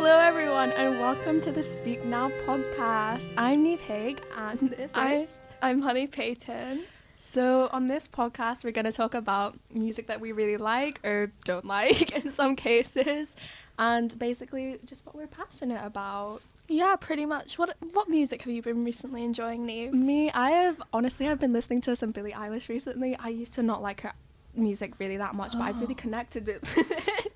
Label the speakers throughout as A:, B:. A: everyone, and welcome to the Speak Now podcast. I'm Neve Haig,
B: And this
A: I-
B: is I'm Honey Payton.
A: So, on this podcast, we're going to talk about music that we really like or don't like in some cases, and basically just what we're passionate about.
B: Yeah, pretty much. What what music have you been recently enjoying, Neve?
A: Me, I have honestly, I've been listening to some Billie Eilish recently. I used to not like her music really that much, but I've really connected with it.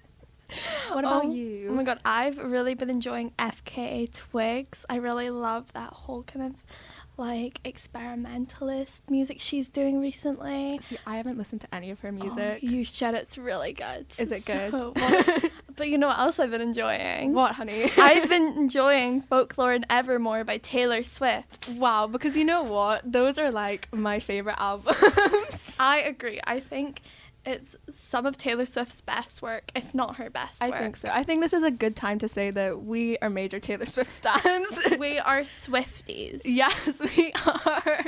A: what about
B: Oh,
A: you?
B: Oh my god, I've really been enjoying FKA Twigs. I really love that whole kind of like experimentalist music she's doing recently.
A: See, I haven't listened to any of her
B: Oh,
A: music.
B: you should. It's really good.
A: Is it good?
B: So- well, but you know what else I've been enjoying?
A: what, honey?
B: I've been enjoying Folklore and Evermore by Taylor Swift.
A: Wow, because you know what? Those are like my favorite albums.
B: I agree. I think it's some of Taylor Swift's best work, if not her best
A: I
B: work.
A: think so. I think this is a good time to say that we are major Taylor Swift stans.
B: We are Swifties.
A: yes, we are.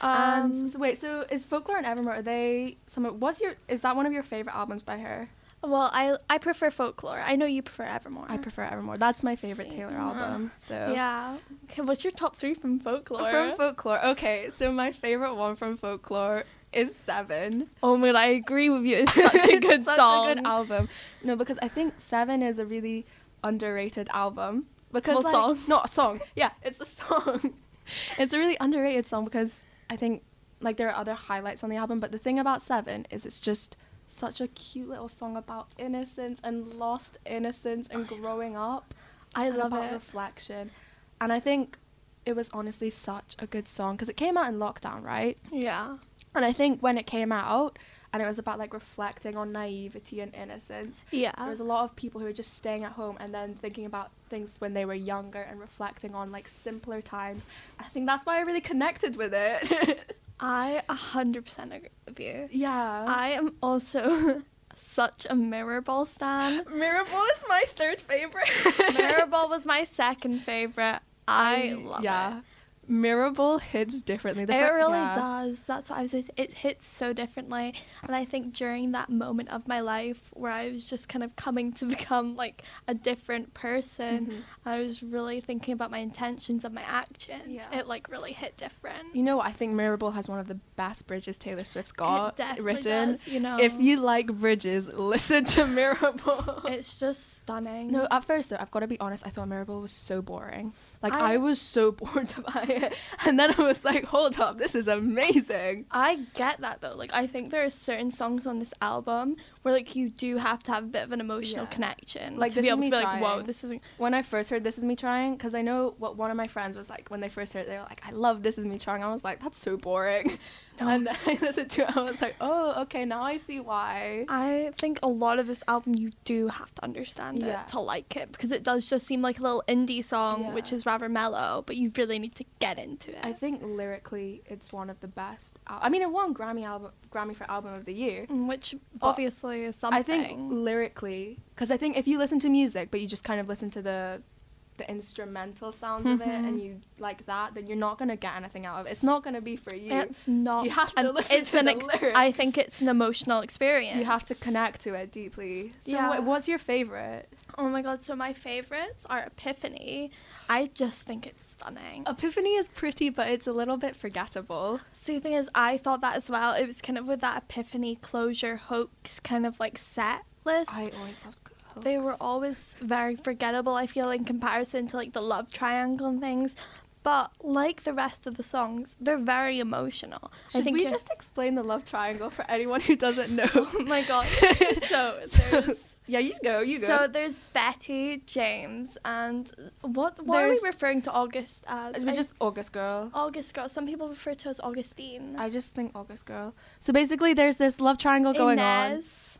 B: Um,
A: and so, wait, so is Folklore and Evermore? Are they some? Of, what's your? Is that one of your favorite albums by her?
B: Well, I I prefer folklore. I know you prefer Evermore.
A: I prefer Evermore. That's my favorite Taylor
B: Same.
A: album. So
B: Yeah. Okay, what's your top three from folklore?
A: From folklore, okay. So my favorite one from folklore is Seven.
B: oh my god, I agree with you. It's such a
A: It's
B: good
A: such
B: song.
A: a good album. No, because I think Seven is a really underrated album. Because
B: Well,
A: like,
B: song.
A: not a song. Yeah, it's a song. it's a really underrated song because I think like there are other highlights on the album. But the thing about Seven is it's just such a cute little song about innocence and lost innocence and growing up.
B: Oh, I
A: and
B: love
A: about
B: it.
A: reflection, and I think it was honestly such a good song because it came out in lockdown, right?
B: yeah.
A: And I think when it came out and it was about like reflecting on naivety and innocence,
B: Yeah.
A: there was a lot of people who were just staying at home and then thinking about things when they were younger and reflecting on like simpler times. I think that's why I really connected with it.
B: I 100% agree with you.
A: yeah.
B: I am also such a mirror ball stan.
A: Mirrorball is my third favorite.
B: Mirrorball was my second favorite. I love it.
A: yeah. Mirrorball hits differently. The
B: it
A: fir-
B: really
A: yeah.
B: does. That's what I was. Always, it hits so differently, and I think during that moment of my life where I was just kind of coming to become like a different person,
A: Mhm.
B: I was really thinking about my intentions and my actions.
A: Yeah.
B: It like really hit different.
A: You know what? I think Mirrorball has one of the best bridges Taylor Swift's
B: it
A: got
B: definitely
A: written.
B: does, you know,
A: If you like bridges, listen to Mirrorball.
B: it's just stunning.
A: No, at first though, I've got to be honest. I thought Mirable was so boring. Like I,
B: I-
A: was so bored by it, and then I was like, "Hold up, this is amazing."
B: I get that though. Like I think there are certain songs on this album where like you do have to have a bit of an emotional
A: Yeah.
B: connection,
A: Like,
B: to
A: This
B: be
A: Is
B: able
A: Me
B: to be like, whoa,
A: Trying.
B: this is.
A: When I first heard "This Is Me Trying," because I know what one of my friends was like when they first heard, it, they were like, "I love This Is Me Trying." I was like, "That's so boring,"
B: No.
A: and then I listened to it. I was like, "Oh, okay, now I see why."
B: I think a lot of this album you do have to understand
A: Yeah.
B: it to like it because it does just seem like a little indie song,
A: Yeah.
B: which is rather mellow, but you really need to get into it.
A: I think lyrically, it's one of the best. Al- I mean, it won Grammy album, Grammy for album of the year.
B: Mm, which
A: But
B: obviously is something.
A: I think lyrically, because I think if you listen to music, but you just kind of listen to the the instrumental sounds of it, and
B: Mhm.
A: you like that, then you're not gonna get anything out of it. It's not gonna be for you.
B: it's not.
A: you have to
B: and
A: listen to the lyrics.
B: I think it's an emotional experience.
A: you have to connect to it deeply. So,
B: Yeah.
A: what, what's your favorite?
B: Oh my god! So my favorites are Epiphany. I just think it's stunning.
A: Epiphany is pretty, but it's a little bit forgettable.
B: So the thing is, I thought that as well. It was kind of with that Epiphany closure hoax kind of like set list.
A: I always loved. Hooks.
B: They were always very forgettable, I feel, in comparison to like the love triangle and things. But like the rest of the songs, they're very emotional.
A: Should
B: I think
A: we
B: it-
A: just explain the love triangle for anyone who doesn't know?
B: Oh my gosh. so
A: So,
B: there's
A: yeah, you go, you go.
B: so there's Betty, James, and what what
A: There's-
B: are we referring to August as?
A: we're
B: I-
A: just August girl.
B: August girl. Some people refer to her as Augustine.
A: I just think August girl. So basically, there's this love triangle going on.
B: Inez.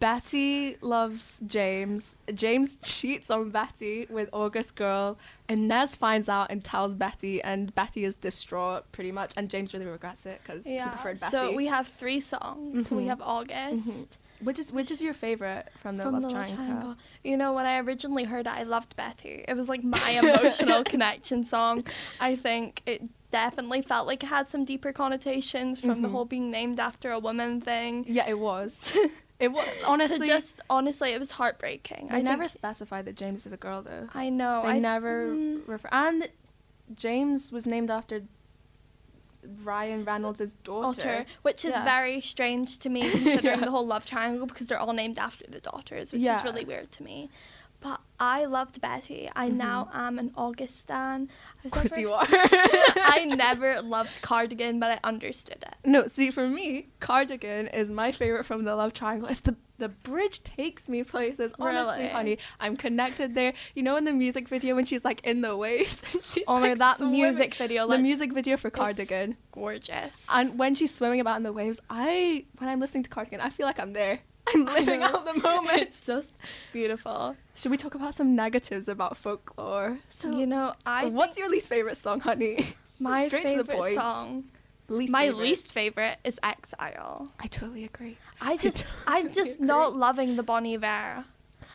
A: Betty loves James. James cheats on Betty with August girl. Inez finds out and tells Betty, and Betty is distraught pretty much. And James really regrets it because he
B: Yeah.
A: preferred Betty.
B: So we have three songs. We
A: Mhm.
B: have August.
A: which is which is your favorite from the love triangle?
B: You know, when I originally heard it, I loved Betty. It was like my emotional connection song. I think it definitely felt like it had some deeper connotations from the
A: Mhm.
B: whole being named after a woman thing.
A: Yeah, it was. It was
B: to
A: honestly.
B: just honestly, it was heartbreaking.
A: they
B: I
A: never
B: think-
A: specified that James is a girl though.
B: I know.
A: they
B: I
A: never
B: mm,
A: refer. And James was named after Ryan Reynolds' daughter.
B: daughter, which is
A: Yeah.
B: very strange to me considering
A: Yeah.
B: the whole love triangle because they're all named after the daughters, which
A: Yeah.
B: is really weird to me. But I loved Betty. I now am an Augustan. I
A: Of
B: was
A: course
B: never-
A: you are.
B: I never loved Cardigan, but I understood it.
A: No, see, for me, Cardigan is my favorite from the Love Triangle. It's the the bridge takes me places. Honestly,
B: Really?
A: honey, I'm connected there. You know, in the music video when she's like in the waves and she's
B: Oh my
A: like,
B: that
A: swimming.
B: music video.
A: the
B: let's-
A: music video for
B: it's-
A: Cardigan,
B: gorgeous.
A: and when she's swimming about in the waves, I when I'm listening to Cardigan, I feel like I'm there. I'm
B: I
A: living
B: know.
A: out the moment.
B: It's just beautiful.
A: Should we talk about some negatives about folklore?
B: So you know, I
A: what's
B: think
A: your least favorite song, honey?
B: my
A: straight to the
B: favorite
A: point.
B: song?
A: Least
B: my
A: favorite.
B: least favorite is Exile.
A: I totally agree.
B: I just I'm
A: totally
B: just
A: agree.
B: not loving the Bon Iver.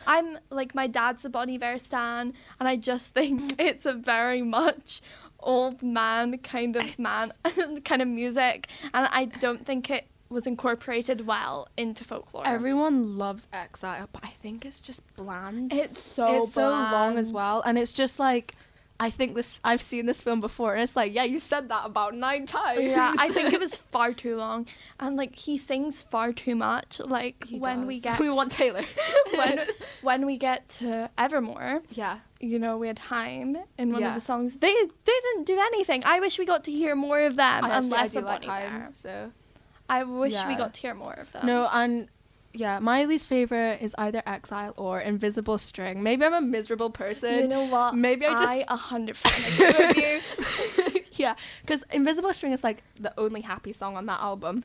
B: I'm like my dad's a Bon Iver stan, and I just think it's a very much old man kind of man kind of music, and I don't think it was incorporated well into folklore.
A: Everyone loves Exile, but I think it's just bland.
B: it's so
A: it's so long as
B: bland.
A: well, and it's just like I think this. I've seen this film before, and it's like, yeah, you said that about nine times.
B: Yeah, I think it was far too long, and like he sings far too much. Like
A: He
B: when we
A: does.
B: get
A: we want Taylor.
B: when when we get to Evermore,
A: yeah,
B: you know, we had Heim in one
A: Yeah.
B: of the songs. They they didn't do anything. I wish we got to hear more of them.
A: I actually- I
B: unless
A: do
B: a
A: like
B: Bonnie
A: Haim,
B: Bear.
A: so um,
B: I wish we
A: Yeah.
B: got to hear more of them.
A: no, and yeah, my least favorite is either Exile or Invisible String. Maybe I'm a miserable person.
B: you know what?
A: maybe I just-
B: I a hundred percent agree with you.
A: yeah, because Invisible String is like the only happy song on that album.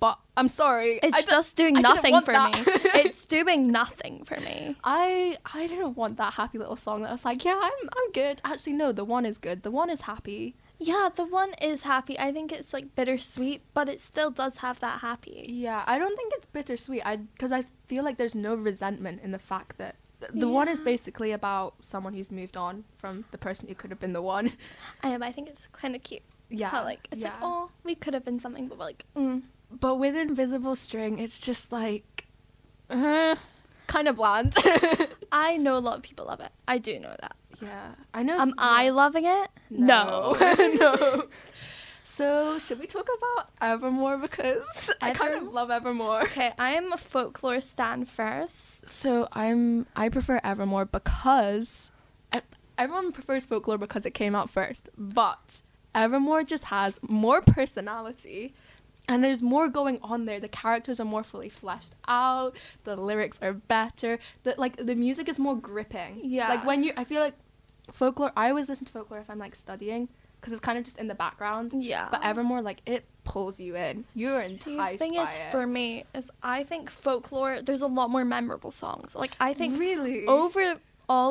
A: But I'm sorry, I
B: It's
A: don't-
B: just doing
A: I didn't
B: nothing
A: want
B: for
A: that.
B: me. it's doing nothing for me.
A: I I didn't want that happy little song that I was like, yeah, I'm I'm good. Actually, no, the one is good. The one is happy.
B: Yeah, the one is happy. I think it's like bittersweet, but it still does have that happy.
A: Yeah, I don't think it's bittersweet. I because I feel like there's no resentment in the fact that th- the one is
B: Yeah.
A: basically about someone who's moved on from the person who could have been the one.
B: Um, I think it's kind of cute.
A: Yeah,
B: How like it's like
A: yeah.
B: oh we could have been something, but we're like mm.
A: But with Invisible String, it's just like uh, kind of bland.
B: I know a lot of people love it. I do know that.
A: yeah, I know.
B: Am
A: s-
B: I loving it?
A: No. no. So, should we talk about Evermore? Because I kind
B: Everm-
A: of love Evermore.
B: okay, I am a folklore stan first.
A: So, I'm I prefer Evermore because e- everyone prefers folklore because it came out first, but Evermore just has more personality and there's more going on there. The characters are more fully fleshed out, the lyrics are better, the like the music is more gripping.
B: Yeah.
A: Like when you I feel like folklore I always listen to folklore if I'm like studying because it's kind of just in the background.
B: Yeah.
A: But Evermore, like it pulls you in. You're enticed.
B: The thing
A: by
B: is,
A: it.
B: for me, is I think folklore. There's a lot more memorable songs. Like I think
A: really
B: overall,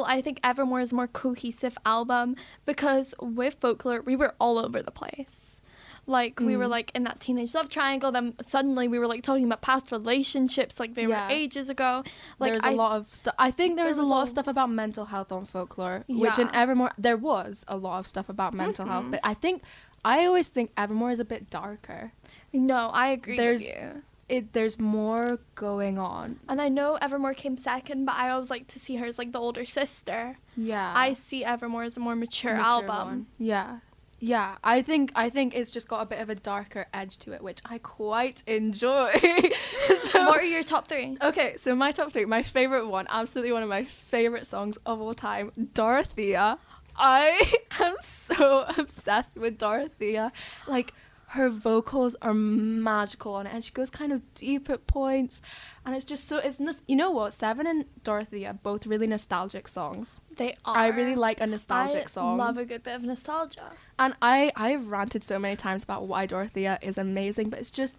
B: I think Evermore is a more cohesive album because with folklore, we were all over the place. Like we were
A: Mm.
B: like in that teenage love triangle. Then suddenly we were like talking about past relationships, like they
A: Yeah.
B: were ages ago. Like
A: There was
B: I-
A: a lot of stuff. I think there
B: There
A: was,
B: was
A: a lot
B: a-
A: of stuff about mental health on folklore, which in
B: Yeah.
A: Evermore there was a lot of stuff about mental health.
B: Mhm.
A: But I think I always think Evermore is a bit darker.
B: No, I agree.
A: There's-
B: with you.
A: It there's more going on.
B: And I know Evermore came second, but I always like to see her as like the older sister.
A: Yeah,
B: I see Evermore as a more mature,
A: Ah. Mature
B: album.
A: one. Yeah. Yeah, I think I think it's just got a bit of a darker edge to it, which I quite enjoy. So-
B: what are your top three?
A: Okay, so my top three, my favorite one, absolutely one of my favorite songs of all time, Dorothea. I am so obsessed with Dorothea. Like, her vocals are magical on it, and she goes kind of deep at points. And it's just so, it's, nos- you know what? Seven and Dorothea, both really nostalgic songs.
B: They are.
A: I really like a nostalgic
B: I
A: song.
B: Love a good bit of nostalgia.
A: And I I've ranted so many times about why Dorothea is amazing, but it's just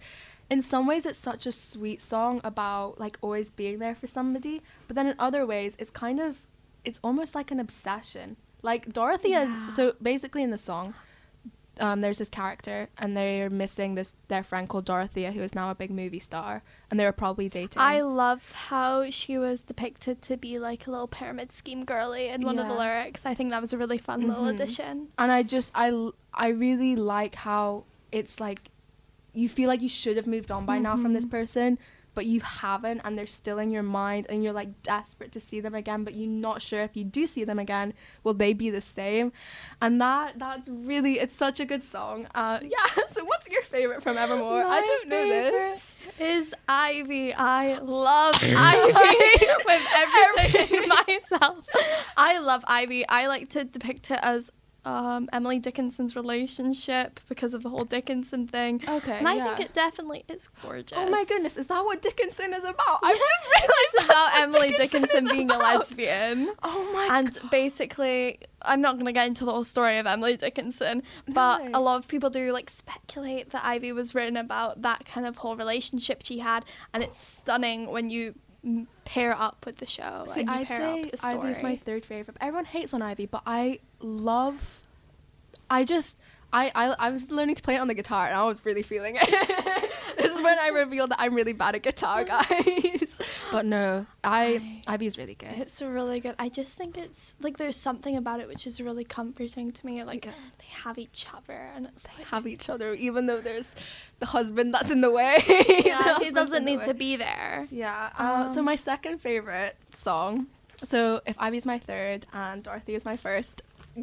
A: in some ways it's such a sweet song about like always being there for somebody, but then in other ways it's kind of it's almost like an obsession. Like Dorothea's
B: Yeah.
A: so basically in the song um, there's this character and they're missing this their friend called Dorothea who is now a big movie star and they were probably dating.
B: I love how she was depicted to be like a little pyramid scheme girly in one of the
A: Yeah.
B: lyrics. I think that was a really fun little
A: Mhm.
B: addition.
A: and I just I l- I really like how it's like you feel like you should have moved on by now from this
B: Mhm.
A: person, but you haven't and they're still in your mind and you're like desperate to see them again but you're not sure if you do see them again will they be the same and that that's really it's such a good song uh yeah so what's your favorite from evermore i
B: My
A: don't know this
B: Is Ivy. I love Ivy with everything in myself. I love Ivy. I like to depict it as um, Emily Dickinson's relationship because of the whole Dickinson thing.
A: okay
B: And I
A: yeah.
B: think it definitely is gorgeous.
A: oh my goodness is that what dickinson is about i've just realized
B: It's about
A: what
B: Emily
A: Dickinson
B: Dickinson,
A: is
B: being a
A: about.
B: lesbian.
A: oh my
B: and basically i'm not going to get into the whole story of emily dickinson but
A: No.
B: a lot of people do like speculate that ivy was written about that kind of whole relationship she had and it's stunning when you mm, pair up with the show
A: See,
B: and you
A: I'd
B: pair
A: say
B: up the story
A: Ivy is my third favorite. Everyone hates on Ivy, but I love. I just I I, I was learning to play it on the guitar, and I was really feeling it. this is when I revealed that I'm really bad at guitar, guys. but no, I Ivy's really good.
B: it's really good i just think it's like there's something about it which is really comforting to me like
A: Yeah.
B: they have each other and it's like
A: Have each other, even though there's the husband that's in the way. The
B: yeah, he
A: husband's in
B: doesn't
A: the
B: need
A: way.
B: to be there
A: Yeah. Uh, so
B: Um,
A: my second favorite song. So if Ivy's my third and Dorothy is my first,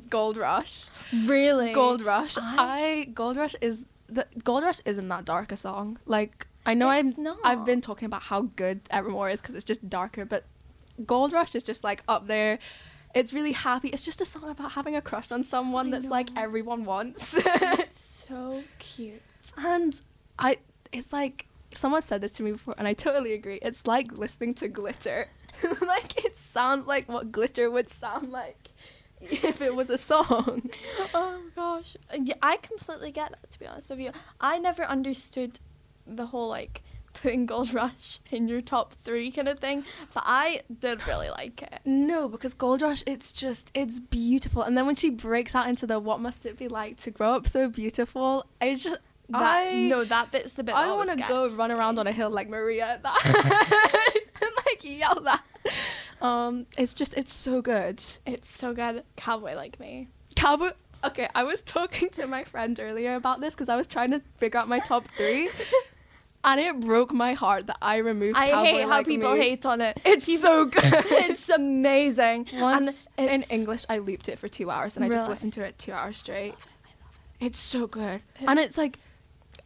A: Gold Rush.
B: really
A: Gold Rush.
B: I-
A: I, Gold Rush is the Gold Rush isn't that dark a song. Like I know
B: It's
A: I'm I've
B: not.
A: been talking about how good Evermore is because it's just darker, but Gold Rush is just like up there. It's really happy. It's just a song about having a crush on someone
B: I
A: that's like
B: know.
A: everyone wants.
B: it's so cute
A: and I it's like someone said this to me before and I totally agree. It's like listening to glitter. like it sounds like what glitter would sound like if it was a song.
B: oh gosh Uh, yeah, i completely get that to be honest with you i never understood the whole like putting gold rush in your top three kind of thing but i did really like it
A: No, because Gold Rush, it's just, it's beautiful. And then when she breaks out into the what must it be like to grow up so beautiful, it's just,
B: that
A: I,
B: no that bit's the bit
A: I
B: want to
A: go run around on a hill like Maria at that. and like yell that. Um, it's just, it's so good.
B: it's so good cowboy like me
A: Cowboy. Okay, I was talking to my friend earlier about this because I was trying to figure out my top three. And it broke my heart that I removed
B: i
A: Cowboy
B: hate how
A: Like
B: people
A: Me.
B: hate on it
A: It's
B: People-
A: so good.
B: it's amazing
A: Once
B: and
A: in
B: it's,
A: English, I looped it for two hours and I just
B: Really?
A: listened to it two hours
B: I
A: straight.
B: love it, I love it.
A: It's so good.
B: It
A: and
B: is.
A: it's like,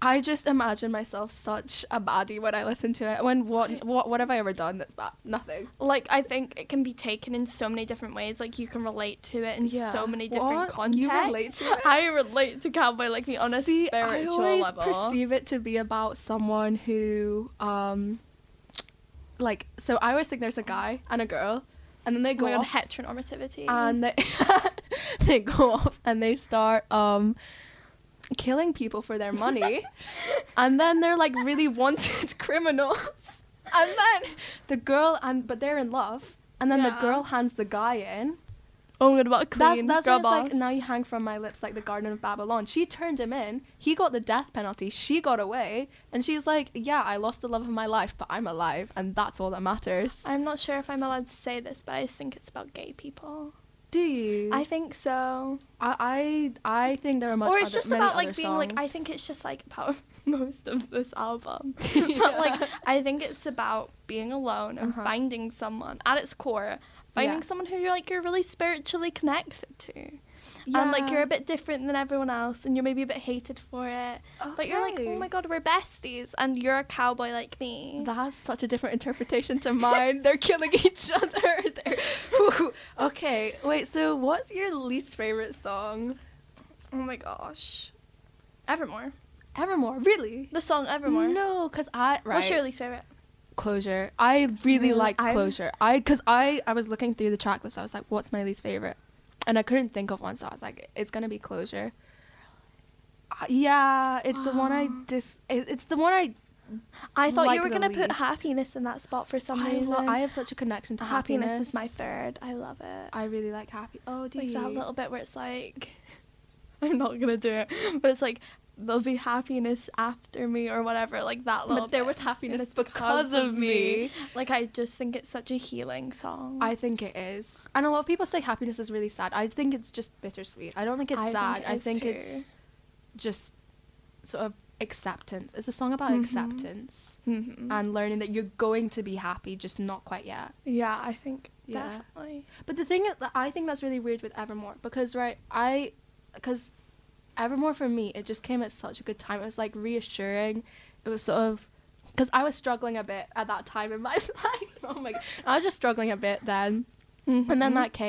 A: I just imagine myself such a baddie when I listen to it. When what what, what have I ever done that's bad? Nothing.
B: like I think it can be taken in so many different ways. Like you can relate to it in
A: Yeah.
B: so many different
A: What?
B: contexts.
A: You relate to it?
B: I relate to cowboy like me on a
A: See,
B: spiritual
A: I always
B: level.
A: perceive it to be about someone who, um, like, so I always think there's a guy and a girl, and then they
B: oh
A: go
B: my god,
A: off
B: heteronormativity.
A: and they they go off and they start um killing people for their money and then they're like really wanted criminals and then the girl and but they're in love and then
B: Yeah.
A: the girl hands the guy in
B: oh my god, what a
A: that's
B: queen.
A: that's
B: girl
A: when it's like
B: boss.
A: now you hang from my lips like the garden of babylon she turned him in he got the death penalty she got away and she's like yeah i lost the love of my life but i'm alive and that's all that matters
B: I'm not sure if I'm allowed to say this, but I just think it's about gay people.
A: do you
B: I think so.
A: i i, I think there are Mm. much
B: or it's
A: other-
B: just
A: many
B: about like
A: other
B: being like I
A: songs.
B: think it's just like about most of this album.
A: Yeah.
B: But like I think it's about being alone and
A: Uh-huh.
B: finding someone at its core, finding
A: Yeah.
B: someone who you're like you're really spiritually connected to. And like you're a bit different than everyone else and you're maybe a bit hated for it. But you're like, "Oh my god, we're besties and you're a cowboy like me."
A: That's such a different interpretation to mine. They're killing each other. They're... Whew. Okay, wait. So, what's your least favorite song?
B: oh my gosh. Evermore.
A: Evermore, really?
B: The song Evermore.
A: No, because I right.
B: What's your least favorite?
A: closure? I really
B: Mm,
A: like
B: I'm-
A: closure. I because I I was looking through the track list. I was like, what's my least favorite? And I couldn't think of one, so I was like, it's gonna be closure. Uh, yeah, it's the one I
B: Wow.
A: dis. It, it's the one I
B: I thought
A: Like
B: you were
A: the
B: going to put
A: least.
B: happiness in that spot for some
A: I,
B: reason.
A: lo- I have such a connection to
B: happiness.
A: happiness.
B: is my third. I love it.
A: I really like happy. Oh, do
B: like
A: you?
B: that little bit where it's like I'm not gonna do it, but it's like there'll be happiness after me or whatever, like that little.
A: but there
B: bit.
A: was
B: And
A: happiness
B: it's
A: because of me.
B: Like I just think it's such a healing song.
A: I think it is. And a lot of people say happiness is really sad. I think it's just bittersweet. I don't think it's
B: I think
A: sad.
B: it
A: I
B: is
A: think
B: too.
A: it's just sort of acceptance. It's a song about
B: Mhm.
A: acceptance
B: Mm-hmm.
A: and learning that you're going to be happy, just not quite yet.
B: yeah, I think
A: Yeah.
B: definitely.
A: But the thing that I think that's really weird with Evermore because right, I because Evermore for me it just came at such a good time. It was like reassuring. It was sort of because I was struggling a bit at that time in my life. oh my god, I was just struggling a bit then, and then
B: Mhm.
A: that came.